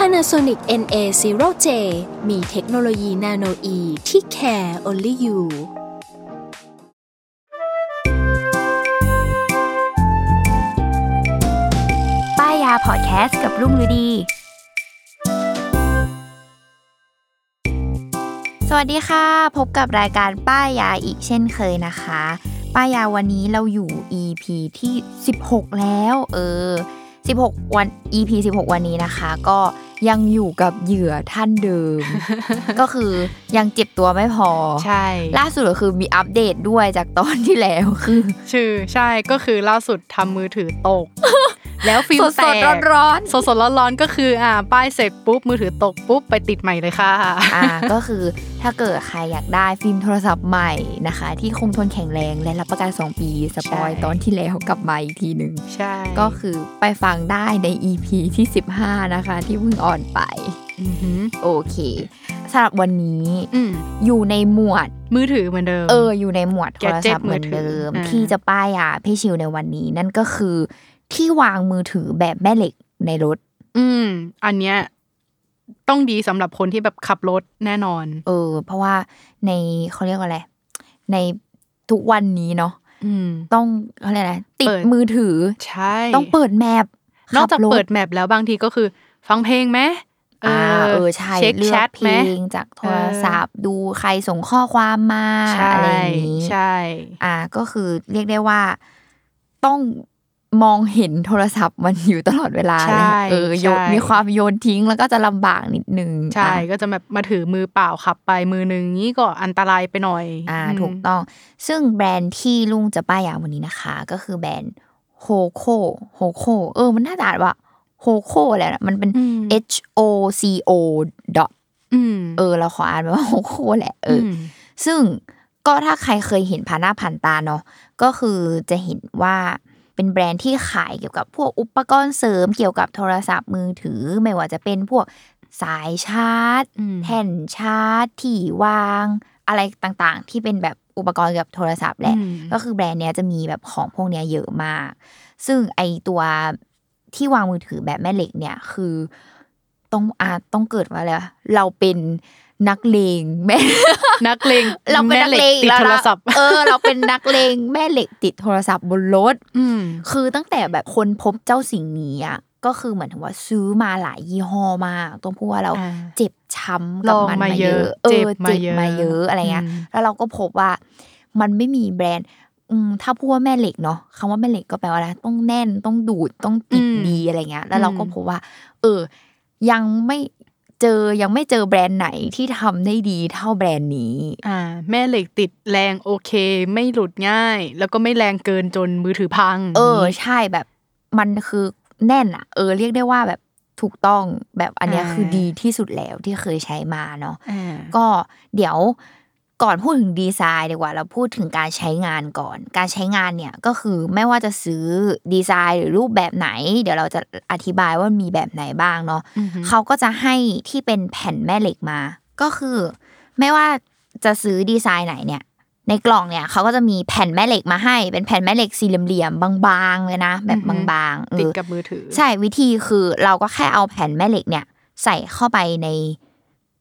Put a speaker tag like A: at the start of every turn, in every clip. A: Panasonic NA0J มีเทคโนโลยีนาโนอีที่ care only you
B: ป้ายาพอดแคสต์กับรุ่งฤดี สวัสดีค่ะ พบกับรายการป้ายาอีกเช่นเคยนะคะ ป้ายาวันนี้เราอยู่ EP ที่ 16 แล้ว เออ 16 วัน EP 16 วันนี้นะคะ ก็ยังอยู่กับเหยื่อท่านเดิม ก็คือยังเจ็บตัวไม่พอ
C: ใช่
B: ล่าสุดก็คือมีอัปเดตด้วยจากตอนที่แล้วคือ
C: ชื่อใช่ก็คือล่าสุดทำมือถือตก แล้วฟิล์ม
B: ส
C: แต
B: ด
C: ก
B: ๆร้อนๆ
C: สดๆร้อนๆก็คืออ่าป้ายเสร็จปุ๊บ มือถือตกปุ๊บ ไปติดใหม่เลยค่ะ
B: อ่าก็คือถ้าเกิดใครอยากได้ฟิล์มโทรศัพท์ใหม่นะคะ ที่คงทนแข็งแรงและรับประกัน 2 ปี สปอย
C: ใช่
B: ตอนที่แล้วกลับมาอีกทีหนึ่ง
C: ใช่
B: ก็คือไปฟังได้ใน EP ีที่ 15 นะคะ ที่เพิ่งออนไป
C: อหือ
B: โอเคสำหรับวันนี้
C: อืม
B: อยู่ในหมวด
C: มือถือเหมือนเดิม
B: เออ อยู่ในหมวดโทรศั
C: Gadget
B: พท์เหมือนเดิ
C: มื
B: ม
C: อถืออ่า
B: ที่จะป้ายาพี่ชิวในวันนี้ นั่นก็คือที่วางมือถือแบบแม่เหล็กในรถ
C: อืมอันเนี้ยต้องดีสำหรับคนที่แบบขับรถแน่นอน
B: เออ เพราะว่าในเขาเรียกว่าอะไรในทุกวันนี้เนาะ
C: อืม
B: ต้องเขาเรียกอะไรติด
C: เปิด
B: มือถือ
C: ใช่
B: ต้องเปิดแมพ
C: นอกจาก
B: ขับรถ
C: เปิดแมปแล้วบางทีก็คือ ฟังเพลงไหม
B: อ่าเออใช่
C: เช็ค
B: เลื
C: แช
B: อก
C: ท
B: เพ
C: ไห
B: ล
C: ม
B: งจากโทรศัพท์ ดูใครส่งข้อความมา
C: ใช่
B: อะไรอย่างนี้
C: ใช่
B: อ่าก็คือเรียกได้ว่าต้องมองเห็นโทรศัพท์มันอยู่ตลอดเวลา
C: ใช่
B: เลยเออโยน
C: ใช่
B: มีความโยนทิ้งแล้วก็จะลำบากนิดนึง
C: ใช่
B: อ่ะ
C: ก็จะแบบมาถือมือเปล่าขับไปมือหนึ่งนี้ก็อันตรายไปหน่อย
B: อ่าม ถูกต้องซึ่งแบรนด์ที่ลุงจะป้ายยาวันนี้นะคะ ก็คือแบรนด์โฮโคโฮโคเออ มันน่าจะอ่านว่าโฮโคแหละมันเป็น H O C O ดอท
C: อืม
B: เออ เราขออ่านไปว่าโฮโคแหละเอออ
C: ม
B: ซึ่งก็ถ้าใครเคยเห็นผ่านหน้าผ่านตาเนาะก็คือจะเห็นว่าเป็นแบรนด์ที่ขายเกี่ยวกับพวกอุปกรณ์เสริมเกี่ยวกับโทรศัพท์มือถือ ไม่ว่าจะเป็นพวกสายชาร์จ แผ่นชาร์จที่วางอะไรต่างๆ ที่เป็นแบบอุปกรณ์เกยวกับโทรศัพท์แหละ
C: อืม
B: ก็คือแบรนด์เนี้ยจะมีแบบของพวกเนี้ยเยอะมาก ซึ่งไอตัวที่วางมือถือแบบแม่เหล็กเนี่ยคือต้องอาต้องเกิดว่าอะไรวะเราเป็นนักเลงแม่
C: นักเลง
B: เราเป็น
C: แม่
B: นัก
C: ห
B: เลง
C: ติด
B: แล้ว
C: โทร
B: นะ
C: ศัพท์
B: เออ เราเป็นนักเลงแม่เหล็กติดโทรศัพท์บนรถ
C: อืม
B: คือตั้งแต่แบบคนพบเจ้าสิ่งนี้อ่ะก็คือเหมือนถึงว่าซื้อมาหลายยี่ห้อมากต้องพูดว่าเรา
C: อ่า
B: เจ็บช้ำกับมั
C: ลอ
B: น
C: ง
B: มา
C: มา
B: เย
C: เย
B: อะ
C: อะ
B: เออ
C: เจ็
B: เจ็บบ
C: มาเยอะ
B: มาเยอะอะไรเงี้ย
C: อืม
B: แล้วเราก็พบว่ามันไม่มีแบรนด์ อืมถ้าพูดว่าแม่เหล็กเนาะคำว่าแม่เหล็กก็แปลว่าอะไรต้องแน่นต้องดูดต้องติด
C: อืม
B: ดีอะไรเงี้ย แล้วเราก็
C: อืม
B: พบว่า เออ ยังไม่เจอยังไม่เจอแบรนด์ไหนที่ทำได้ดีเท่าแบรนด์นี้
C: อ่า แม่เหล็กติดแรงโอเค ไม่หลุดง่าย แล้วก็ไม่แรงเกินจนมือถือพัง
B: เออใช่แบบมันคือแน่นอะเออเรียกได้ว่าแบบถูกต้องแบบอันเนี้ยคือดีที่สุดแล้วที่เคยใช้มาเนาะ
C: อ่า
B: ก็เดี๋ยวก่อนพูดถึงดีไซน์ดีกว่า เราพูดถึงการใช้งานก่อน การใช้งานเนี่ยก็คือไม่ว่าจะซื้อดีไซน์หรือรูปแบบไหน เดี๋ยวเราจะอธิบายว่ามีแบบไหนบ้างเนาะ
C: อือหือ
B: เขาก็จะให้ที่เป็นแผ่นแม่เหล็กมา ก็คือ ไม่ว่าจะซื้อดีไซน์ไหนเนี่ย ในกล่องเนี่ยเขาก็จะมีแผ่นแม่เหล็กมาให้ เป็นแผ่นแม่เหล็กสี่เหลี่ยมๆบางๆเลยนะ แบบ
C: อือหือ
B: บางๆเอ
C: ติด
B: อ
C: กับมือถือ
B: ใช่วิธีคือเราก็แค่เอาแผ่นแม่เหล็กเนี่ย ใส่เข้าไปใน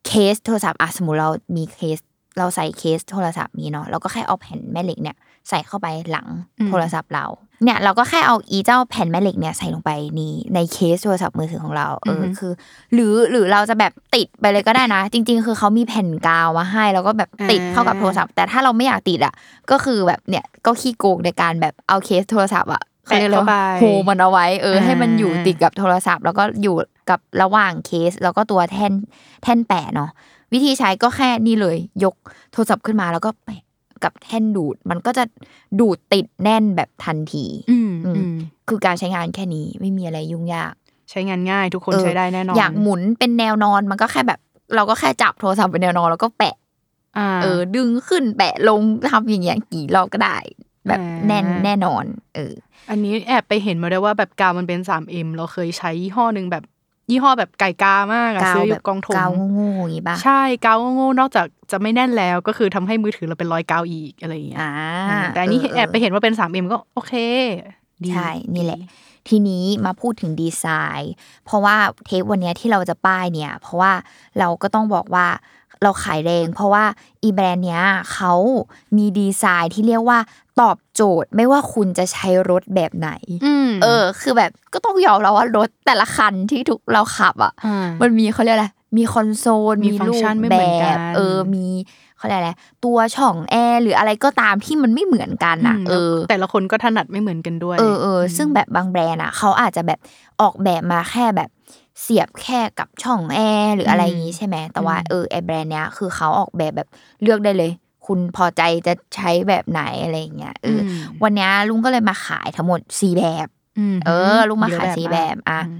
B: เคสโทรศัพท์อ่ะสมมติเรามีเคส เราใส่เคสโทรศัพท์นี้เนาะเราก็แค่เอาแผ่นแม่เหล็กเนี่ย ใส่เข้าไปหลัง
C: อืม
B: โทรศัพท์เรา เนี่ยเราก็แค่เอาอีเจ้าแผ่นแม่เหล็กเนี่ยใส่ลงไปนี่ในเคสโทรศัพท์มือถือของเราเอออ
C: อฮึ
B: คือ หรือหรือเราจะแบบติดไปเลยก็ได้นะ จริง ๆ คือเขามีแผ่นกาวมาให้ แล้วก็แบบติดเข้ากับโทรศัพท์ แต่ถ้าเราไม่อยากติดอ่ะ ก็คือแบบเนี่ยก็ขี้โกงในการแบบเอาเคสโทรศัพท์อ่ะเขาเรียกอะไรว่า
C: แปะเข้าไป
B: โฮมันเอาไว้เออ ให้มันอยู่
C: อ่า
B: ติดกับโทรศัพท์ แล้วก็อยู่กับระหว่างเคส แล้วก็ตัวแท่นแท่นแปะเนาะวิธีใช้ก็แค่นี่เลย ยกโทรศัพท์ขึ้นมาแล้วก็แปะกับแท่นดูด มันก็จะดูดติดแน่นแบบทันที
C: อืม
B: อืม
C: อืม
B: คือการใช้งานแค่นี้ไม่มีอะไรยุ่งยาก
C: ใช้งานง่ายทุกคน
B: เออ
C: ใช้ได้แน่นอน
B: อยากหมุนเป็นแนวนอนมันก็แค่แบบ เราก็แค่จับโทรศัพท์ไปแนวนอนแล้วก็แปะ
C: อ่า
B: เออ ดึงขึ้นแปะลงทำอย่างเงี้ยกี่รอบก็ได้ แบบ
C: อ่า
B: แน่นแน่นอน เออ
C: อันนี้แอบไปเห็นมาได้วยว่าแบบกาวมันเป็น 3M เราเคยใช้ยี่ห้อหนึ่งแบบยี่ห้อแบบไก่กามากอะ
B: กาว
C: ซื้ออ
B: แบ
C: ยู่
B: บ
C: กองถม
B: กาวโง่ๆอย่างงี้ป่ะ
C: ใช่กาวโง่ๆนอกจากจะไม่แน่นแล้วก็คือทำให้มือถือเราเป็นรอยกาวอีกอะไรอย่างเงี้ย
B: อ่า
C: อืมแต่อันนี้
B: เเ
C: แอบไปเห็นว่าเป็น 3M ก็โอเคดี
B: ใช่นี่แหละ ทีนี้มาพูดถึงดีไซน์ เพราะว่าเทปวันเนี้ยที่เราจะป้ายเนี่ย เพราะว่าเราก็ต้องบอกว่าเราขายแรง เพราะว่าอีแบรนด์เนี้ยเขามีดีไซน์ที่เรียกว่าตอบโจทย์ไม่ว่าคุณจะใช้รถแบบไหน
C: อืม
B: เออ คือแบบก็ต้องยอมแล้วว่ารถแต่ละคันที่ทุกเราขับอ่ะ
C: า
B: มันมีเขาเรียกอะไร มีคอนโซล
C: มี
B: มี
C: ฟังก์
B: รูป
C: ชันไม่
B: แบ
C: เหมือนกัน
B: บ เออ มีเขาเรียกอะไร ตัวช่องแอร์หรืออะไรก็ตามที่มันไม่เหมือนกันนะ
C: ม
B: เออ
C: แล้วแต่ละคนก็ถนัดไม่เหมือนกันด้วย
B: เออเออ
C: ม
B: ซึ่งแบบบางแบรนด์อ่ะเขาอาจจะแบบออกแบบมาแค่แบบเสียบแค่กับช่องแอร์หรืออะไรอย่างงี้ใช่ไหมแต่ว่า
C: อืม
B: เออไอแบรนด์เนี้ยคือเขาออกแบบแบบเลือกได้เลย คุณพอใจจะใช้แบบไหนอะไรอย่างเงี้ยเอออ
C: ม
B: วันเนี้ยลุงก็เลยมาขายทั้งหมดสี่แบบ
C: ม
B: เออลุงมาขาย
C: เยอะ
B: สีแบบอ่ะ
C: ม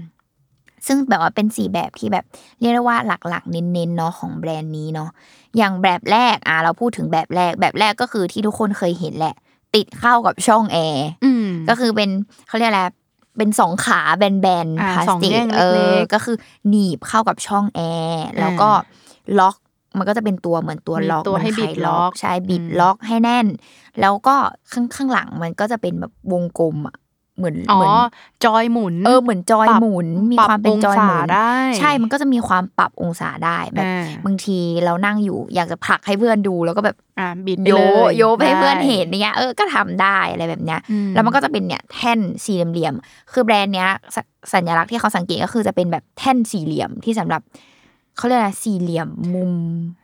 B: ซึ่งแบบว่าเป็นสีแบบที่แบบเรียกได้ว่าหลักๆ เน้นๆเนาะของแบรนด์นี้เนาะอย่างแบบแรกอ่ะเราพูดถึงแบบแรกแบบแรกก็คือที่ทุกคนเคยเห็นแหละ ติดเข้ากับช่องแอร์
C: อืม
B: ก็คือเป็นเขาเรียกอะไร เป็นสองขาแบน
C: อ่า
B: ๆพลา
C: ส
B: ส
C: อง
B: ติก
C: แง่ง
B: เอ
C: เล็
B: อก
C: ๆ
B: ก็คือหนีบเข้ากับช่องแอร์
C: อ่า
B: แล้วก็ล็อกมันก็จะเป็นตัวเหมือนตัว
C: มี
B: ล็อก
C: ตัวให้
B: มันไข
C: บิดล็อก
B: ใช่บิด
C: อืม
B: ล็อกให้แน่น แล้วก็ข้างข้างหลังมันก็จะเป็นแบบวงกลมอ่ะเหมือน
C: อ๋อ
B: เหมือน
C: จอยหมุน
B: เออเหมือนจอย
C: ปรับ
B: หมุนมี
C: ปรับ
B: ความเป็นจอยห
C: อง
B: มุน
C: ศาได้
B: ใช่มันก็จะมีความปรับองศาได้แบบ
C: อ่า
B: บางทีเรานั่งอยู่อยากจะผลักให้เพื่อนดูแล้วก็แบบ
C: อ่ะบิด
B: โย
C: ไปเลย
B: โยให้เพื่อน
C: ได้
B: เห็นเนี้ยเออก็ทำได้อะไรแบบเนี้ย
C: อื
B: แล้วมันก็จะเป็นเนี่ยแท่นสี่เหลี่ยมๆคือแบรนด์เนี้ยสสัญลักษณ์ที่เขาสังเกตก็คือจะเป็นแบบแท่นสี่เหลี่ยมที่สำหรับเขาเรียกอะไรสี่เหลี่ยมมุม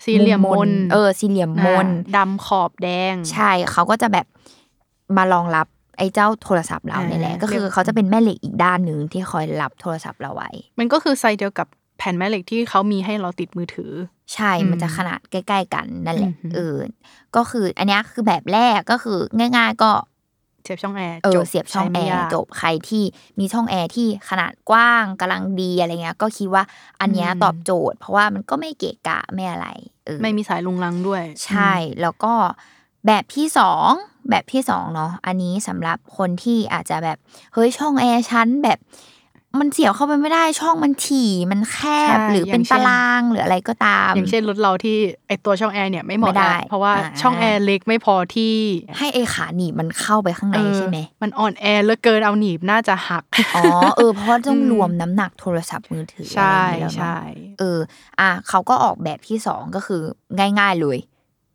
C: สี่เหลี่ยมมน
B: เออสี่เหลี่ยมมน
C: อ่ะดำขอบแดง
B: ใช่เขาก็จะแบบมารองรับไอ้เจ้าโทรศัพท์เรา
C: อ่า
B: เนี่ยแหละ ก็คือ
C: เรียก
B: เขาจะเป็นแม่เหล็กอีกด้านหนึ่งที่คอยรับโทรศัพท์เราไว้
C: มันก็คือไซส์เดียวกับแผ่นแม่เหล็กที่เขามีให้เราติดมือถือ
B: ใช่
C: อืม
B: มันจะขนาดใกล้ ๆ กันนั่นแหละ
C: อือหือ
B: เออก็คืออันเนี้ยคือแบบแรกก็คือง่าย ๆ ก็
C: เสียบช่องแอร์
B: เอ
C: จ
B: อบ เสียบช่องแอ
C: ใไม่
B: ร์
C: ยาก
B: จบใครที่มีช่องแอร์ที่ขนาดกว้างกำลังดีอะไรเงี้ยก็คิดว่าอันเนี้ย
C: อืม
B: ตอบโจทย์ เพราะว่ามันก็ไม่เกะกะไม่อะไรเออ
C: ไม่มีสายลุงลังด้วย
B: ใช่แล้วก็แบบที่สองแบบที่สองเนาะอันนี้สำหรับคนที่อาจจะแบบเฮ้ยช่องแอร์ชั้นแบบ มันเสียบเข้าไปไม่ได้ช่องมันถี่มันแคบหรือเป็นตารางหรืออะไรก็ตาม
C: อย่างเช่นรถเราที่ไอตัวช่องแอร์เนี่ยไม่เหมาะ
B: ไม่ได้
C: แล้วเพราะว่า
B: อ่า
C: ช่องแอร์เล็กไม่พอที่
B: ให้ไอขาหนีบมันเข้าไปข้างในใช่ไหม
C: เออมันอ่อนแอเหลือเกินเอาหนีบน่าจะหัก
B: อ๋อเออเพราะว่าต้อง
C: อืม
B: รวมน้ำหนักโทรศัพท์มือถือ
C: ใช่
B: อะไรอย่างเงี้ยแล้วเนอะ
C: ใช่
B: เออ อ่ะเขาก็ออกแบบที่สองก็คือง่ายๆเลย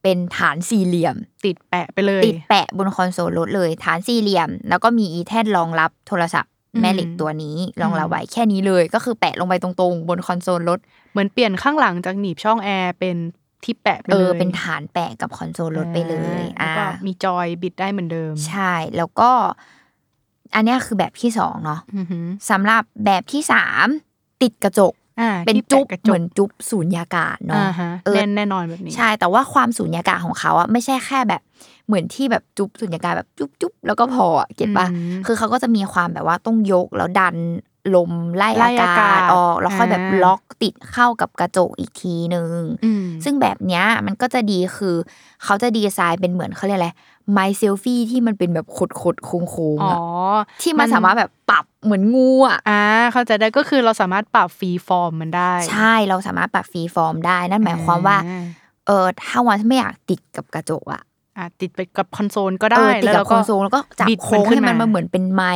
B: เป็นฐานสี่เหลี่ยม
C: ติดแปะไปเลย
B: ติดแปะบนคอนโซลรถเลย ฐานสี่เหลี่ยม แล้วก็มีอีแท่นรองรับโทรศัพท์แม่เหล็กตัวนี้รองรับไว้แค่นี้เลย ก็คือแปะลงไปตรงๆ บนคอนโซลรถ
C: เหมือนเปลี่ยนข้างหลังจากหนีบช่องแอร์เป็นที่แปะไป
B: เอ
C: เล
B: อ
C: ย
B: เป็นฐานแปะกับคอนโซลรถไปเลย
C: แล้ว
B: อ่า
C: ก็มีจอยบิดได้เหมือนเดิม
B: ใช่ แล้วก็ อันเนี้ยคือแบบที่สองเนาะ
C: อือหือ
B: สำหรับแบบที่สามติดกระจก
C: อ่า
B: เป็น
C: ที่แะ
B: จุ๊บ
C: กระจก
B: เหมือนจุ๊บสูญญากาศ
C: อ่า
B: เนาะ
C: ฮะ
B: เออ
C: แน่นแน่นอนแบบนี้
B: ใช่แต่ว่าความสูญญากาศของเขาอะไม่ใช่แค่แบบเหมือนที่แบบจุ๊บสูญญากาศแบบจุ๊บจุ๊บแล้วก็พออะเก็ตปะ
C: อืม
B: คือเขาก็จะมีความแบบว่าต้องยกแล้วดันลมไล่
C: ไล่
B: อา
C: อากาก
B: า
C: ศ
B: ศออกแล้วค่อยแบบ
C: อ่า
B: ล็อกติดเข้ากับกระจกอีกทีนึง
C: อืม
B: ซึ่งแบบเนี้ยมันก็จะดีคือ เขาจะดีไซน์เป็นเหมือนเขาเรียกอะไรไมเซลฟี่ที่มันเป็นแบบขดขดๆโค้งโค้ง
C: อ๋อ
B: ที่มันสามารถแบบปรับเหมือนงูอะ
C: อ่าเข้าใจได้ก็คือเราสามารถปรับฟรีฟอร์มมันได้
B: ใช่เราสามารถปรับฟรีฟอร์มได้นั่นหมายความว่า
C: อ่
B: เออถ้าวันไม่อยากติดกับกระจกอะ
C: อ่าติดไปกับคอนโซลก็ได้
B: เออติด
C: แล้ว
B: กั
C: เรา
B: บ
C: ก็
B: โคอนโซลแล้วก็จับ
C: บิด
B: โค้ง
C: ขึ้
B: ให้มัน
C: นา
B: มาเหมือนเป็นไม้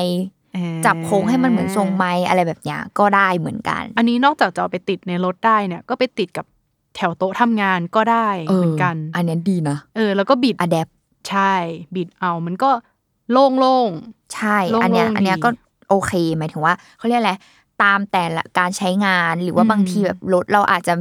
C: อ่า
B: จับโค้งให้มันเหมือนทรงไม้อะไรแบบเนี้ยก็ได้เหมือนกัน
C: อันนี้นอกจากจะเอาไปติดในรถได้เนี่ย ก็ไปติดกับแถวโต๊ะทำงานก็ได้
B: เอ
C: เหมื
B: อ
C: อนกัน
B: อันเนี้ยดีนะ
C: เออแล้วก็บิด
B: อะแดป
C: ใช่บิดเอามันก็โล่งโล่ง
B: ใช่
C: โล่งๆ
B: อันเนี้ย
C: ดี
B: อันเนี้ยก็โอเคหมายถึงว่าเขาเรียกอะไรตามแต่ละการใช้งานหรือว่า
C: อืม
B: บางทีแบบรถเราอาจจะ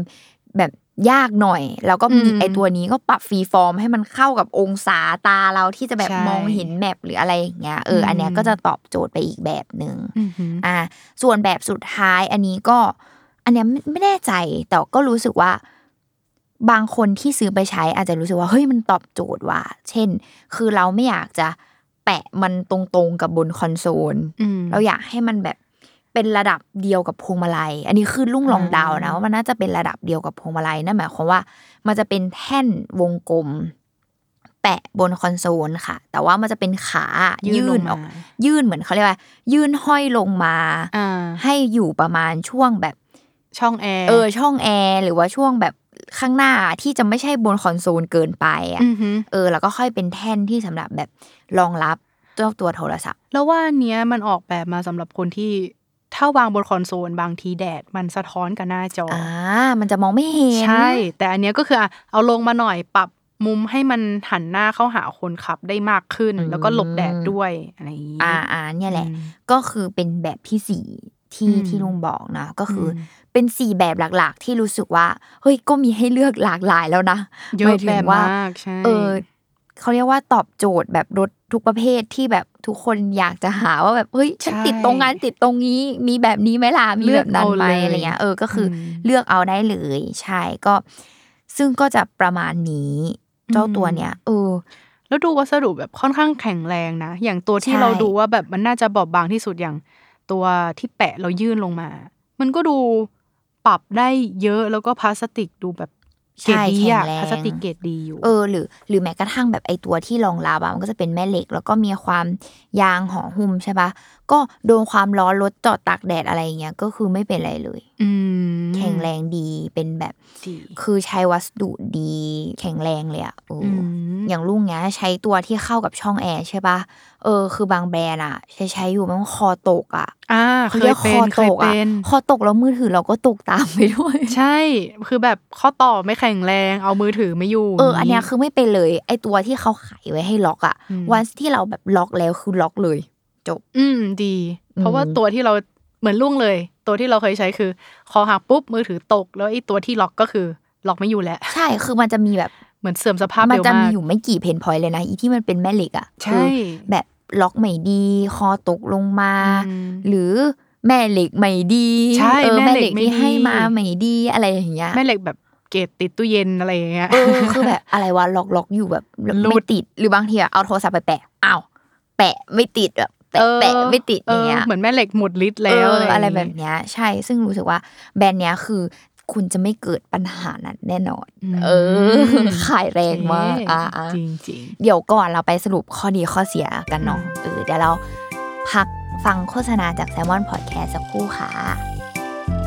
B: แบบยากหน่อย แล้วก็มี
C: อืม
B: ไอตัวนี้ก็ปรับฟรีฟอร์ม ให้มันเข้ากับองศาตาเราที่จะแบบ
C: ใช่
B: มองเห็นแมปหรืออะไรอย่างเงี้ยเอออ
C: ม
B: อันเนี้ยก็จะตอบโจทย์ไปอีกแบบหนึ่ง
C: ๆอือหือ
B: อ่าส่วนแบบสุดท้ายอันนี้ก็ อันเนี้ยไม่ไม่แน่ใจ แต่ก็รู้สึกว่า บางคนที่ซื้อไปใช้อาจจะรู้สึกว่าเฮ้ยมันตอบโจทย์ว่ะเช่น คือเราไม่อยากจะแปะมันตรงๆกับบนคอนโซล
C: อืม
B: เราอยากให้มันแบบ เป็นระดับเดียวกับพวงมาลัย อันนี้คือลุงลอง
C: อืม
B: เดาวนะว่ามันน่าจะเป็นระดับเดียวกับพวงมาลัยนั่นหมายความว่า มันจะเป็นแท่นวงกลม แปะบนคอนโซลค่ะ แต่ว่ามันจะเป็นขายื่นออก ยื่นเหมือนเขาเรียกว่า ยื่นห้อยลงมา
C: อ่า
B: ให้อยู่ประมาณช่วงแบบ
C: ช่องแอร์
B: เออช่องแอร์หรือว่าช่วงแบบข้างหน้าที่จะไม่ใช่บนคอนโซลเกินไปอ่ะ
C: อหือ
B: เออ แล้วก็ค่อยเป็นแท่นที่สำหรับแบบรองรับเจ้าตัวโทรศัพท์
C: แล้วว่าอันเนี้ยมันออกแบบมาสำหรับคนที่ถ้าวางบนคอนโซลบางทีแดดมันสะท้อนกับหน้าจออ
B: อ่า มันจะมองไม่เห็น
C: ใช่ แต่อันเนี้ยก็คืออ่ะเอาลงมาหน่อยปรับมุมให้มันหันหน้าเข้าหาคนขับได้มากขึ้น แล้วก็หลบแดดด้วยอะไรอย่างนี้
B: อ่าอ่าเนี่ยแหละ ก็คือเป็นแบบที่สี่ที่
C: อืม
B: ที่ลุงบอกนะก็คืออ
C: ม
B: เป็นสี่แบบหลักๆ ที่รู้สึกว่า เฮ้ยก็มีให้เลือกหลากหลายแล้วนะ
C: เยอะ
B: หมายถึ
C: แบ
B: ง
C: บ
B: ว่าม
C: ากใช่
B: เออเขาเรียกว่าตอบโจทย์แบบรถทุกประเภทที่แบบทุกคนอยากจะหาว่าแบบเฮ้ยฉันติดตรงงานติดตรงนี้ มีแบบนี้ไหมล่ะมีแบบนั้นไหมอะไรเงี้ยเออก็คืออ
C: ม
B: เลือกเอาได้เลยใช่ก็ซึ่งก็จะประมาณนี้ เจ้าตัวเนี้ยเออ
C: แล้วดูวัสดุแบบค่อนข้างแข็งแรงนะ อย่างตัวที่
B: ใช่
C: เราดูว่าแบบมันน่าจะบอบบางที่สุดอย่างตัวที่แปะเรายื่นลงมา มันก็ดูปรับได้เยอะแล้วก็พลาสติกดูแบบเกรด
B: ใช่
C: ดี
B: แข็ง
C: อะ
B: แรง
C: พลาสติกเกรดดีอยู่
B: เออหรือหรือแม้กระทั่งแบบไอตัวที่รองรับอะมันก็จะเป็นแม่เหล็ก แล้วก็มีความยางห่อหุ้มใช่ปะก็โดนความร้อนรถจอดตากแดดอะไรอย่างเงี้ยก็คือไม่เป็นไรเลย
C: อืม
B: แข็งแรงดีเป็นแบบ
C: ดี
B: คือใช้วัสดุดีแข็งแรงเลยอะโอ้
C: อืม
B: อย่างลุงเนี้ยใช้ตัวที่เข้ากับช่องแอร์ใช่ปะเออ คือบางแบรนด์อะใช้ใช้อยู่มันคอตกอะ
C: อ่าเค
B: เขาเรี
C: ย
B: กค
C: เป็
B: อน
C: เค
B: ต
C: ย
B: กอะ
C: เป็น
B: คอตกแล้วมือถือเราก็ตกตามไปด้วย
C: ใช่ คือแบบข้อต่อไม่แข็งแรงเอามือถือไม่อยู่
B: เออ อันเนี้ย
C: ย่าง
B: คือไม่เป็นเลย ไอตัวที่เขาขายไว้ให้ล็อกอะ
C: อืม
B: วันที่เราแบบล็อกแล้วคือล็อกเลย จบ
C: อืมดี เพราะว่า
B: อืม
C: ตัวที่เราเหมือนลุ่งเลย ตัวที่เราเคยใช้คือ คอหักปุ๊บมือถือตก แล้วไอ้ตัวที่ล็อกก็คือล็อกไม่อยู่แล้ว
B: ใช่คือมันจะมีแบบ
C: เหมือนเสื่อมสภาพ
B: มั
C: เร็ว
B: จะ
C: มา
B: มี
C: ก
B: อยู่ไม่กี่เพนพอยเลยนะอีที่มันเป็นแม่เหล็กอะ
C: ใช่
B: คือแบบล็อกไม่ดี คอตกลงมา
C: อืม
B: หรือแม่เหล็กไม่ดี
C: ใช่
B: เออ
C: แม่
B: แม่
C: เห
B: เห
C: ล็
B: ล็
C: ก
B: ก
C: ไม่ดี
B: ที่ให้มาไม่ดีอะไรอย่างเงี้ย
C: แม่เหล็กแบบเกตติดตู้เย็นอะไรอย่างเงี้ย
B: เออคือแบบอะไรวะล็อกล็อกอยู่แบบ
C: หลุ
B: ไม่
C: ด
B: ติดหรือบางทีอะเอาโทรศัพท์ไปแปะอ้าวแปะไม่ติดแบบแปะแปะไม่ติดอย่างเงี้ย
C: ออเหมือนแม่เหล็กหมดฤทธิ์แล้ว
B: เอออะไร
C: ย่าง
B: แบ
C: เงี้ย
B: บเนี้ยใช่ซึ่งรู้สึกว่าแบรนด์เนี้ยคือ คุณจะไม่เกิดปัญหานั้นแน่นอน เออ
C: ม
B: ขายแรงมากอ่ะอ่ะ
C: จริงจริง
B: เดี๋ยวก่อนเราไปสรุปข้อดีข้อเสียกันเนาะเออเดี๋ยวเราพักฟังโฆษณาจากแซมมอนพอดแคสต์สักครู่ค่ะ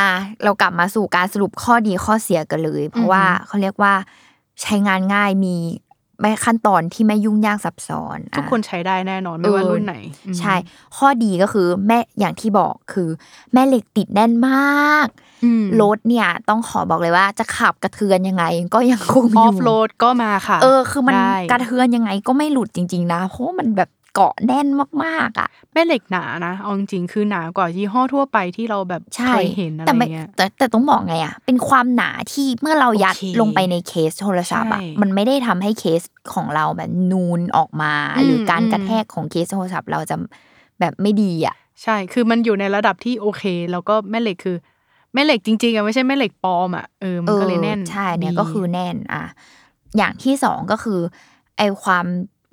B: อ่ะเรากลับมาสู่การสรุปข้อดีข้อเสียกันเลย เพราะว่าเขาเรียกว่าใช้งานง่ายมีไม่ขั้นตอนที่ไม่ยุ่งยากซับซ้อน
C: ทุก
B: อ่ะ
C: คนใช้ได้แน่นอนไม่ว่า
B: เออ
C: รุ่นไหนอืม
B: ใช่ ข้อดีก็คือแม่อย่างที่บอกคือ แม่เหล็กติดแน่นมาก
C: อืม
B: รถเนี่ยต้องขอบอกเลยว่าจะขับกระเทือนยังไง ก็ยังคงอ
C: ออยู่ ฟโรดก็มาค่ะ
B: เออคือมัน
C: ได้
B: กระเทือนยังไงก็ไม่หลุดจริง ๆ นะ เพราะว่ามันแบบเกาะแน่นมากๆอ่ะ
C: แม่เหล็กหนานะเอาจริงๆคือหนากว่ายี่ห้อทั่วไปที่เราแบบ
B: ใช่
C: เคยเห็นอะไร
B: แต่ไม่
C: เงี้ย
B: แต่แต่ต้องบอกไงอ่ะเป็นความหนาที่เมื่อเรายัด
C: โอเค
B: ลงไปในเคสโทรศัพท์อ่ะ
C: ใช่
B: มันไม่ได้ทำให้เคสของเราแบบนูนออกมา
C: อืม
B: หรือการ
C: อืม
B: กระแทกของเคสโทรศัพท์เราจะแบบไม่ดีอ่ะ
C: ใช่ คือมันอยู่ในระดับที่โอเค แล้วก็แม่เหล็กคือ แม่เหล็กจริงๆอะไม่ใช่แม่เหล็กปลอมอะเออ มันก็เลยแน่น
B: ออใช่เนี่ย
C: ดี
B: ก็คือแน่นอ่ะอย่างที่สองก็คือไอความ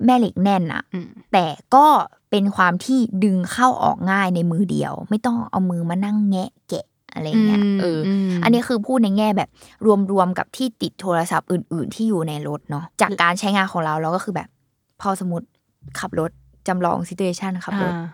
B: แม่เหล็กแน่นอ่ะ
C: อืม
B: แต่ก็เป็นความที่ดึงเข้าออกง่ายในมือเดียว ไม่ต้องเอามือมานั่งแงะแกะอะไรเงี้ย
C: ม
B: เอออ
C: ม
B: อันนี้คือพูดในแง่แบบรวมๆกับที่ติดโทรศัพท์อื่น ๆ ที่อยู่ในรถเนาะจากการใช้งานของเราเราก็คือแบบ พอสมมติขับรถจำลองซิเ u เ t ชันขับรถ
C: อ่า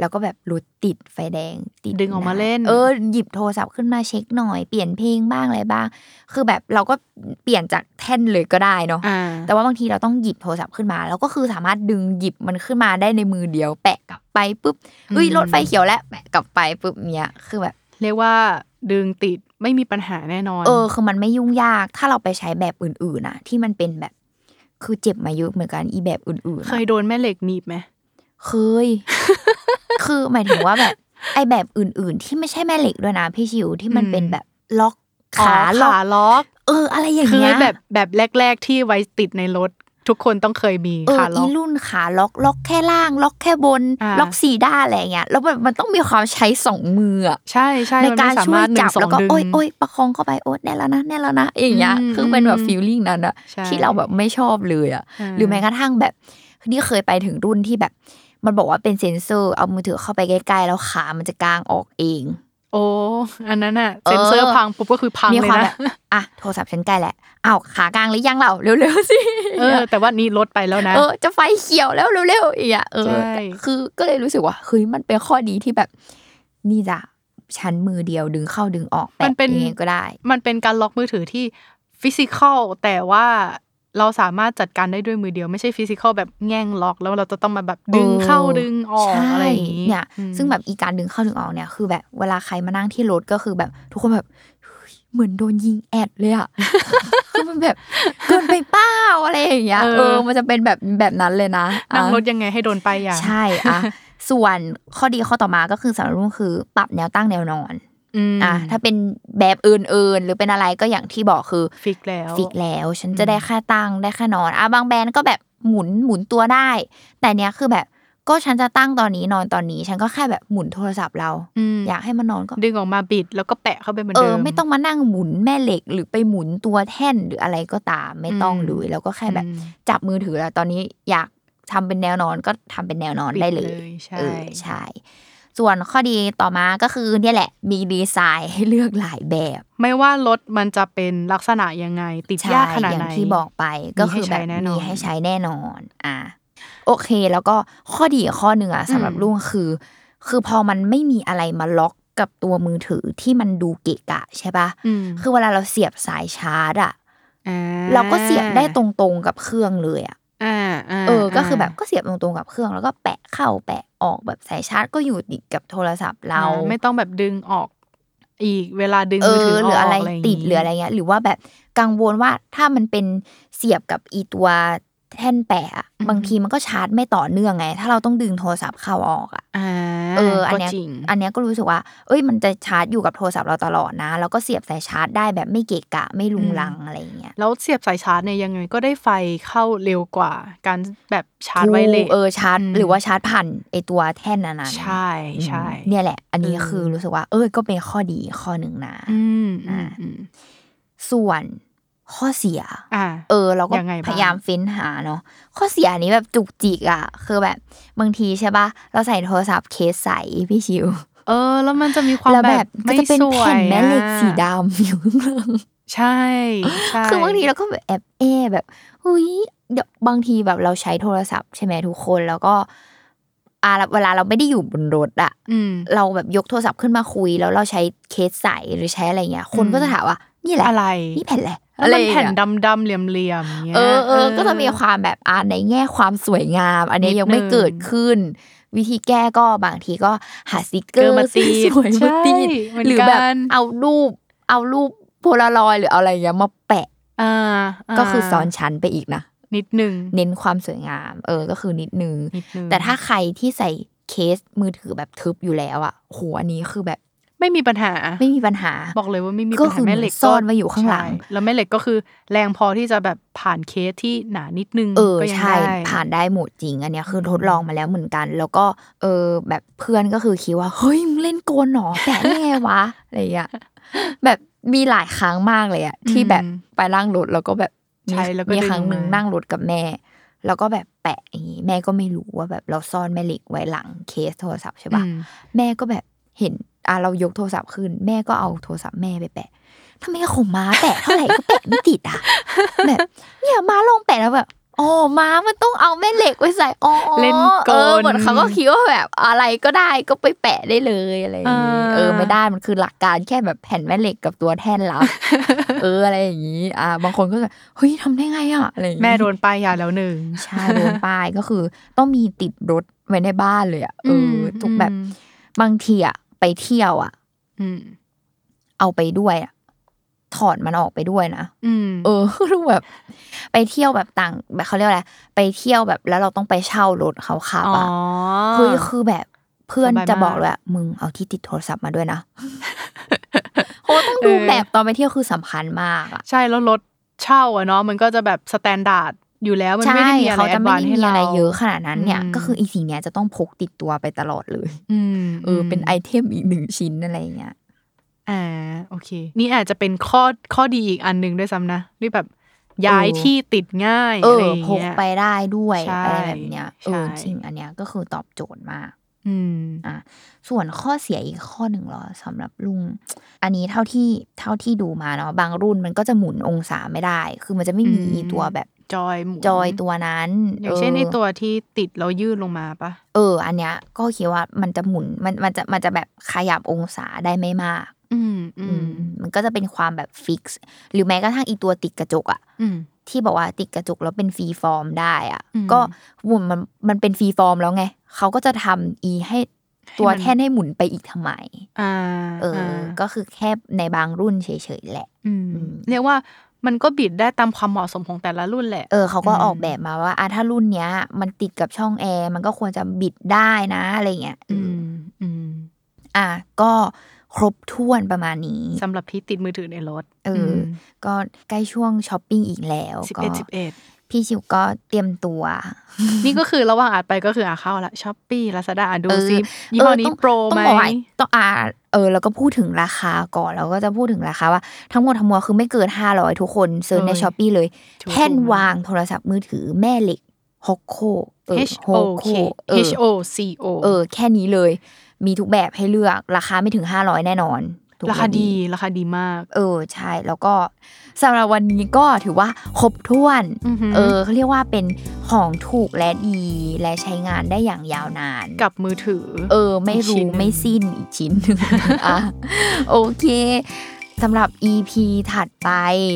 B: แล้วก็แบบรถติดไฟแดงติ
C: ดึงออกมาเล่น
B: เออหยิบโทรศัพท์ขึ้นมาเช็คหน่อยเปลี่ยนเพลงบ้างอะไรบ้าง คือแบบเราก็เปลี่ยนจากแท่นเลยก็ได้เนาะ
C: อ่า
B: แต่ว่าบางทีเราต้องหยิบโทรศัพท์ขึ้นมาแล้วก็คือสามารถดึงหยิบมันขึ้นมาได้ในมือเดียว แปะกลับไปปุ๊บเอ้ย
C: อืม
B: รถไฟเขียวแล้วแปะกลับไปปุ๊บเนี้ยคือแบบ
C: เรียกว่าดึงติดไม่มีปัญหาแน่นอน
B: เออ คือมันไม่ยุ่งยาก ถ้าเราไปใช้แบบอื่นๆนะที่มันเป็นแบบ คือเจ็บมาเยอะเหมือนกันอีแบบอื่นๆ
C: เค
B: อะ
C: ยโดนแม่เหล็กหนีบไหม
B: เคย คือหมายถึงว่าแบบไอแบบอื่นๆ ที่ไม่ใช่แม่เหล็กด้วยนะพี่ชิวที่มัน
C: อืม
B: เป็นแบบล็อก
C: อ๋อ
B: ขาล็อก
C: ขาล็อก
B: เออ อะไรอย่าง
C: คือ
B: เงี้ย
C: แบบแบบแรก ๆที่ไว้ติดในรถ ทุกคนต้องเคยมี
B: เออ
C: ขาล็
B: อี
C: อก
B: รุ่นขาล็อกล็อกแค่ล่าง ล็อกแค่บน
C: อ่า
B: ล็อกสี่ด้านอะไรเงี้ยแล้วแบบมันต้องมีความใช้สองมืออะ
C: ใช่ใช่
B: ใน
C: มัน
B: การ
C: ไม่สา
B: ช่ว
C: มาย รถหนึ่
B: จั
C: ง
B: บ
C: สอ
B: แล้ว
C: ง
B: ก็
C: ดึง
B: โอ๊ยโอ๊ยประคองเข้าไปโอ๊ยแน่แล้วนะแน่แล้วนะอย่างเงี้ย
C: อืม
B: คือเป็นแบบ
C: อืม
B: ฟีลลิ่งนั้นอะ
C: ใช่
B: ที่เราแบบไม่ชอบเลยอะ
C: า
B: หรือแม้กระทั่งแบบนี่เคยไปถึงรุ่นที่แบบ มันบอกว่าเป็นเซ็นเซอร์เอามือถือเข้าไปใกล้ๆแล้วขามันจะกางออกเอง
C: โอ้อันนั้นอะ
B: เออ
C: เซ็นเซอร์พังปุ๊บก็คือพัง
B: มี
C: เลย
B: ความแบ
C: นะ
B: บอ่ะโทรศัพท์ฉันใกล้แหละอ้าวขากางหรือยังเราเร็วๆสิ
C: เออ แต่ว่านี่ลดไปแล้วนะ
B: เออจะไฟเขียวแล้วเร็วๆอย่างเงี้ยเออ
C: ใช่
B: คือก็เลยรู้สึกว่าเฮ้ยมันเป็นข้อดีที่แบบ นี่จ้ะฉันมือเดียวดึงเข้าดึงออกแปะ
C: มันเป็น
B: ยังไงก็ได้
C: มันเป็นการล็อกมือถือที่ฟิสิกอลแต่ว่าเราสามารถจัดการได้ด้วยมือเดียวไม่ใช่ฟิสิกอลแบบแง่งล็อกแล้วเราจะต้องมาแบบดึง
B: เออ
C: เข้าดึงออก
B: ใช่
C: อะไรอย่างนี้
B: เนี่ย
C: อืม
B: ซึ่งแบบอีการดึงเข้าดึงออกเนี่ยคือแบบเวลาใครมานั่งที่รถก็คือแบบทุกคนแบบเฮ้ยเหมือนโดนยิงแอดเลยอ่ะ คือมันแบบเกินไปเป้าอะไรอย่างเงี้ยเออ มันจะเป็นแบบแบบนั้นเลยนะ
C: นั่งรถ
B: อ่ะ
C: ยังไงให้โดนไปอย่าง
B: ใช่อ่ะ ส่วนข้อดีข้อต่อมาก็คือสำหรับรุ่นคือปรับแนวตั้งแนวนอน
C: ม
B: อ่ะถ้าเป็นแบบอื่นๆ หรือเป็นอะไรก็อย่างที่บอกคือ
C: ฟิกแล้ว
B: ฟิกแล้วฉัน
C: อืม
B: จะได้ค่าตั้งได้ค่านอนอ่ะบางแบรนด์ก็แบบหมุนหมุนตัวได้ แต่เนี้ยคือแบบก็ฉันจะตั้งตอนนี้นอนตอนนี้ ฉันก็แค่แบบหมุนโทรศัพท์เรา
C: อืม
B: อยากให้มันนอนก็
C: ดึงออกมาบิดแล้วก็แปะเข้าไปเหมือน
B: เอ
C: เดิ
B: อ
C: ม
B: ไม่ต้องมานั่งหมุนแม่เหล็กหรือไปหมุนตัวแท่นหรืออะไรก็ตาม ไม่ต้อง
C: อืม
B: เลยแล้วก็แค่แบบ
C: อืม
B: จับมือถือแล้วตอนนี้อยากทำเป็นแนวนอนก็ทำเป็นแนวนอนได้เลย
C: บิใช่
B: เออใช่ ส่วนข้อดีต่อมาก็คือเนี่ยแหละมีดีไซน์ให้เลือกหลายแบบ
C: ไม่ว่ารถมันจะเป็นลักษณะยังไง ติด
B: ใช่
C: ยากขนาด
B: อย่า
C: ไหน
B: งที่บอกไปก็คือแบบ
C: มีให้ใช้แน่นอ
B: มี
C: น
B: ให้ใช้แน่นอน อ่ะโอเค แล้วก็ข้อดีอีกข้อหนึ่งอ่ะสำหรับ
C: อืม
B: ลุงคือ คือพอมันไม่มีอะไรมาล็อกกับตัวมือถือที่มันดูเกะกะใช่ปะ
C: อืม
B: คือเวลาเราเสียบสายชาร์จอ่ะ
C: อ่
B: เราก็เสียบได้ตรงๆกับเครื่องเลยอ่ะ
C: อ่าา
B: เออ ก็คือแบบ
C: า
B: ก็เสียบตรงๆกับเครื่อง แล้วก็แปะเข้าแปะออกแบบสายชาร์จก็อยู่ติดกับโทรศัพท์เรา
C: อ่ไม่ต้องแบบดึงออกอีกเวลาดึง
B: เอ
C: มือถื
B: อ
C: อ
B: หรืออะไร
C: กย่าง
B: ติด
C: งี้
B: หรืออะไรเงี้ยหรือว่าแบบกังวลว่าถ้ามันเป็นเสียบกับอีตัวแท่นแปะอะ
C: อืม
B: บางทีมันก็ชาร์จไม่ต่อเนื่องไง ถ้าเราต้องดึงโทรศัพท์เข้าออกอ่ะ
C: อ่า
B: เอออัน
C: ก็
B: เนี้ย
C: จริง
B: อันเนี้ยก็รู้สึกว่า เอ้ยมันจะชาร์จอยู่กับโทรศัพท์เราตลอดนะ แล้วก็เสียบสายชาร์จได้แบบไม่เกะกะไม่ลุงลังอะไรอย่างเงี้ย
C: แล้วเสียบสายชาร์จเนี่ยยังไงก็ได้ไฟเข้าเร็วกว่า การแบบชาร์จไวเลส
B: ถูกเออชาร์จ
C: อืม
B: หรือว่าชาร์จผ่านไอตัวแท่นนั้นๆ
C: ใช่ใช่
B: อืมเนี่ยแหละ อันนี้
C: เออ
B: คือรู้สึกว่า เออก็เป็นข้อดีข้อหนึ่งนะ
C: อืม
B: อ่า
C: อืมอืม
B: ส่วนข้อเสีย
C: อ่า
B: เออเราก็
C: ยังไงบ้าง
B: พยายามเฟ้นหาเนาะข้อเสียอันนี้แบบจุกจิกอ่ะ คือแบบบางทีใช่ปะเราใส่โทรศัพท์เคสใสพี่ชิว
C: เออ แล้วมันจะมีความ
B: แล้ว
C: แบ
B: แบบ
C: บ
B: ก็
C: ไม่
B: จะเป็น
C: สว
B: แผ่
C: ย
B: นแม่เหล็กสี
C: อะ
B: ดำอยู่ข้างหลัง
C: ใช่ใช่
B: คือบางทีเราก็แบบแอบแอแบบอุ้ยเดี๋ยวบางทีแบบเราใช้โทรศัพท์ใช่ไหมทุกคนแล้วก็อ่าเวลาเราไม่ได้อยู่บนรถอะ
C: อืม
B: เราแบบยกโทรศัพท์ขึ้นมาคุย แล้วเราใช้เคสใสหรือใช้อะไรเงี้ย คนก็จะถามว่านี่แหละ
C: อะไร
B: นี่แผ่นแหละไร
C: แล้วมัน
B: อย่าง
C: แผ่น
B: เงี้ย
C: ดำๆเหลี่ยมๆเงี้ย
B: เออเออก็จะมีความแบบอ่าในแง่ความสวยงาม อันเนี้ย
C: นิด
B: ยังไม่
C: นึง
B: เกิดขึ้น วิธีแก้ก็บางทีก็หาสติกเกอ
C: เกิ
B: ร์
C: มาตี
B: สวยๆมาติดห
C: ห
B: รื
C: รือ อ
B: แบ
C: แบบ บ
B: เอารูปเอารูปโพลารอยด์หรือเอาอะไรอย่างเงี้ยมาแปะ
C: อ่าา
B: ก็คือซ้อนชั้นไปอีกนะ
C: นิดหนึ่ง
B: เน้นความสวยงาม เออก็คือนิดนึง
C: นิดหนึง
B: แต่ถ้าใครที่ใส่เคสมือถือแบบทึบอยู่แล้วอ่ะโหอันนี้คือแบบ
C: ไม่มีปัญหา
B: ไม่มีปัญหา
C: บอกเลยว่าไม่มี
B: ก็
C: ปัญ
B: คื
C: หา
B: อ
C: แม่เหล็ก
B: ซ่อนไว้อยู่ข้างหลัง
C: ใช่แล้วแม่เหล็กก็คือแรงพอที่จะแบบผ่านเคสที่หนานิดนึง
B: เออ
C: ก็ยัง
B: ใช่
C: ได้
B: ผ่านได้หมดจริง อันเนี้ยคืออ
C: ม
B: ทดลองมาแล้วเหมือนกัน แล้วก็เออแบบเพื่อนก็คือคิดว่าเฮ้ยมึงเล่นโกนหนอแปะได้ไงวะ อะไรอย่างเงี้ยแบบมีหลายครั้งมากเลยอะที่แบบไปนั่งรถแล้วก็แบบมี
C: ใช่แล้วก็
B: มี
C: ดึง
B: ครั้งหนึ่ง
C: มานั่
B: นั่งรถกับแม่ แล้วก็แบบแปะอย่างงี้แม่ก็ไม่รู้ว่าแบบเราซ่อนแม่เหล็กไว้หลังเคสโทรศัพท์ใช่ปะ
C: อืม
B: แม่ก็แบบเห็นอ่ะเรายกโทรศัพท์ขึ้น แม่ก็เอาโทรศัพท์แม่ไปแปะทำไมของม้าแปะเท่าไหร่ก็แปะไม่ติดอ่ะ แบบเนี่ยม้าลงแปะแล้วแบบอ๋อม้ามันต้องเอาแม่เหล็กไว้ใส่อ๋อ
C: เล่นกล
B: เออเหมือนเขาก็คิดว่าแบบอะไรก็ได้ก็ไปแปะได้เลยอะไรอย่างงี้
C: อ่า
B: เออไม่ได้มันคือหลักการแค่แบบแผ่นแม่เหล็กกับตัวแท่นรับ เอออะไรอย่างงี้ อ่า บางคนก็จะเฮ้ยทำได้ไงอ่ะอะไรอย่างงี้
C: แม่โดนป้ายยาแล้วหนึ่ง
B: ใช่โดนป้ายก็คือ ต้องมีติดรถไว้ในบ้านเลยอ่ะเอออ
C: ม
B: ทุกแบบ
C: อืม
B: บางทีอ่ะไปเที่ยวอ่ะ
C: อืม
B: เอาไปด้วยอ่ะถอดมันออกไปด้วยนะ
C: อืม
B: เออ รู้แบบ ไปเที่ยวแบบต่าง แบบเขาเรียกอะไรไปเที่ยวแบบแล้วเราต้องไปเช่ารถเขาขับ
C: อ๋อ
B: อ่ะคือคือแบบเพื่อน
C: สบายมาก
B: จะบอกเลยว่ามึงเอาที่ติดโทรศัพท์มาด้วย นะโอ้ต้องดู
C: เออ
B: แบบตอนไปเที่ยวคือสำคัญมากอ่ะ
C: ใช่แล้วรถเช่าอะเนาะมันก็จะแบบสแตนดาร์ด อยู่แล้วมัน
B: ใช่
C: ไม่ได้มีอะไร
B: เขา
C: แอ
B: จะ
C: ด
B: ไม่
C: วาน
B: ได้
C: ให้
B: มี
C: เรา
B: อะไรเยอะขนาดนั้นเนี่ย
C: อืม
B: ก็คืออีสิ่งเนี้ยจะต้องพกติดตัวไปตลอดเลย
C: อืม
B: เอออเป็นไอเทมอีกหนึ่งชิ้นอะไรอย่างเงี้ย
C: อ่าโอเค นี่อาจจะเป็นข้อข้อดีอีกอันหนึ่งด้วยซ้ำนะที่แบบย้าย
B: เออ
C: ที่ติดง่าย
B: เอ
C: อะไร
B: อ
C: อย่าง
B: พก
C: เงี้ย
B: ไปได้ด้วย
C: ใช่
B: อะไรแบบเนี้ยเออ
C: ใช่
B: สิ่งอันเนี้ยก็คือตอบโจทย์มาก
C: อืม
B: ส่วนข้อเสียอีกข้อหนึ่งเหรอสำหรับลุง อันนี้เท่าที่เท่าที่ดูมาเนาะบางรุ่นมันก็จะหมุนองศาไม่ได้ คือมันจะไม่มี
C: อืม
B: ตัวแบบ
C: จอยหมุน
B: จอยตัวนั้น
C: อย่างเช่น
B: อ
C: ไอตัวที่ติดแล้วยืดลงมาปะ
B: เออ อันเนี้ยก็คิดว่ามันจะหมุนมันมันจะมันจะแบบขยับองศาได้ไม่มาก
C: อืมอื
B: อื
C: ม
B: มมันก็จะเป็นความแบบฟิกซ์หรือแม้กระทั่งอีตัวติดกระจกอะ
C: อืม
B: ที่บอกว่าติดกระจกแล้วเป็นฟรีฟอร์มได้อะ
C: อืม
B: ก็หมุนมันมันเป็นฟรีฟอร์มแล้วไงเขาก็จะทำอีให้ตัว
C: ให้มัน
B: แท่นให้หมุนไปอีกทำไม
C: อ่า
B: เอออาก็คือแค่ในบางรุ่นเฉยๆแหละ
C: อืม
B: อืม
C: เรียกว่ามันก็บิดได้ตามความเหมาะสมของแต่ละรุ่นแหละ
B: เออเขาก็
C: อืม
B: ออกแบบมาว่าอ่ะถ้ารุ่นเนี้ย มันติดกับช่องแอร์มันก็ควรจะบิดได้นะอะไรเงี้ยเออ
C: ม
B: อ
C: อืม
B: อ่ะก็ครบถ้วนประมาณนี้
C: สำหรับที่ติดมือถือในรถ
B: เอออก็ใกล้ช่วงช้อปปิ้งอีกแล้ว
C: สิบ
B: ก็
C: เอ็ดสิบเอ็ด
B: พี่ชิวก็เตรียมตัว
C: นี่ก็คือระหว่างอัดไปก็คืออ่ะเข้าละช้อปปี้ลาซาด้าดู
B: เออ
C: ซิยี่ห้อนี้
B: เต้อง
C: โปร
B: ต้
C: ไห
B: อ
C: ม
B: งบอกว่าต้องอ่าเออแล้วก็พูดถึงราคาก่อนแล้วก็จะพูดถึงราคาว่าทั้งหมดทั้งมวลคือไม่เกินห้าร้อยทุกคนเซิร์ชใน
C: เอ้ย
B: ช้อปปีเลย
C: ถูกๆ
B: แท่นวางโทรศัพท์มือถือแม่เหล็กฮอกโคเออ
C: H O K
B: ฮกเออ
C: H O C O
B: เออ แค่นี้เลย มีทุกแบบให้เลือกราคาไม่ถึงห้าร้อยแน่นอนถูกไหม
C: ราคาดีราคาดีมาก
B: เออใช่แล้วก็สำหรับวันนี้ก็ถือว่าครบถ้วน
C: อือหือ
B: เออเขาเรียกว่าเป็นของถูกและดีและใช้งานได้อย่างยาวนาน
C: กับมือถือ
B: เออ ไม่
C: อีกชิ้
B: รู้
C: นหนึ่ง
B: ไม่สิ้นอีกชิ้นหนึ่งอ่ะโอเคสำหรับ EP ถัดไป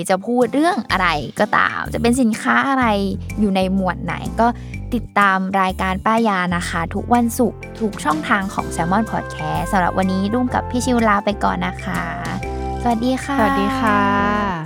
B: จะพูดเรื่องอะไรก็ตาม จะเป็นสินค้าอะไรอยู่ในหมวดไหนก็ติดตามรายการป้ายานะคะ ทุกวันศุกร์ทุกช่องทางของ s ซ l m o n Podcast สำหรับวันนี้รุ่งกับพี่ชิวลาไปก่อนนะคะ สวัสดีค่ะ
C: สวัสดีค่ะ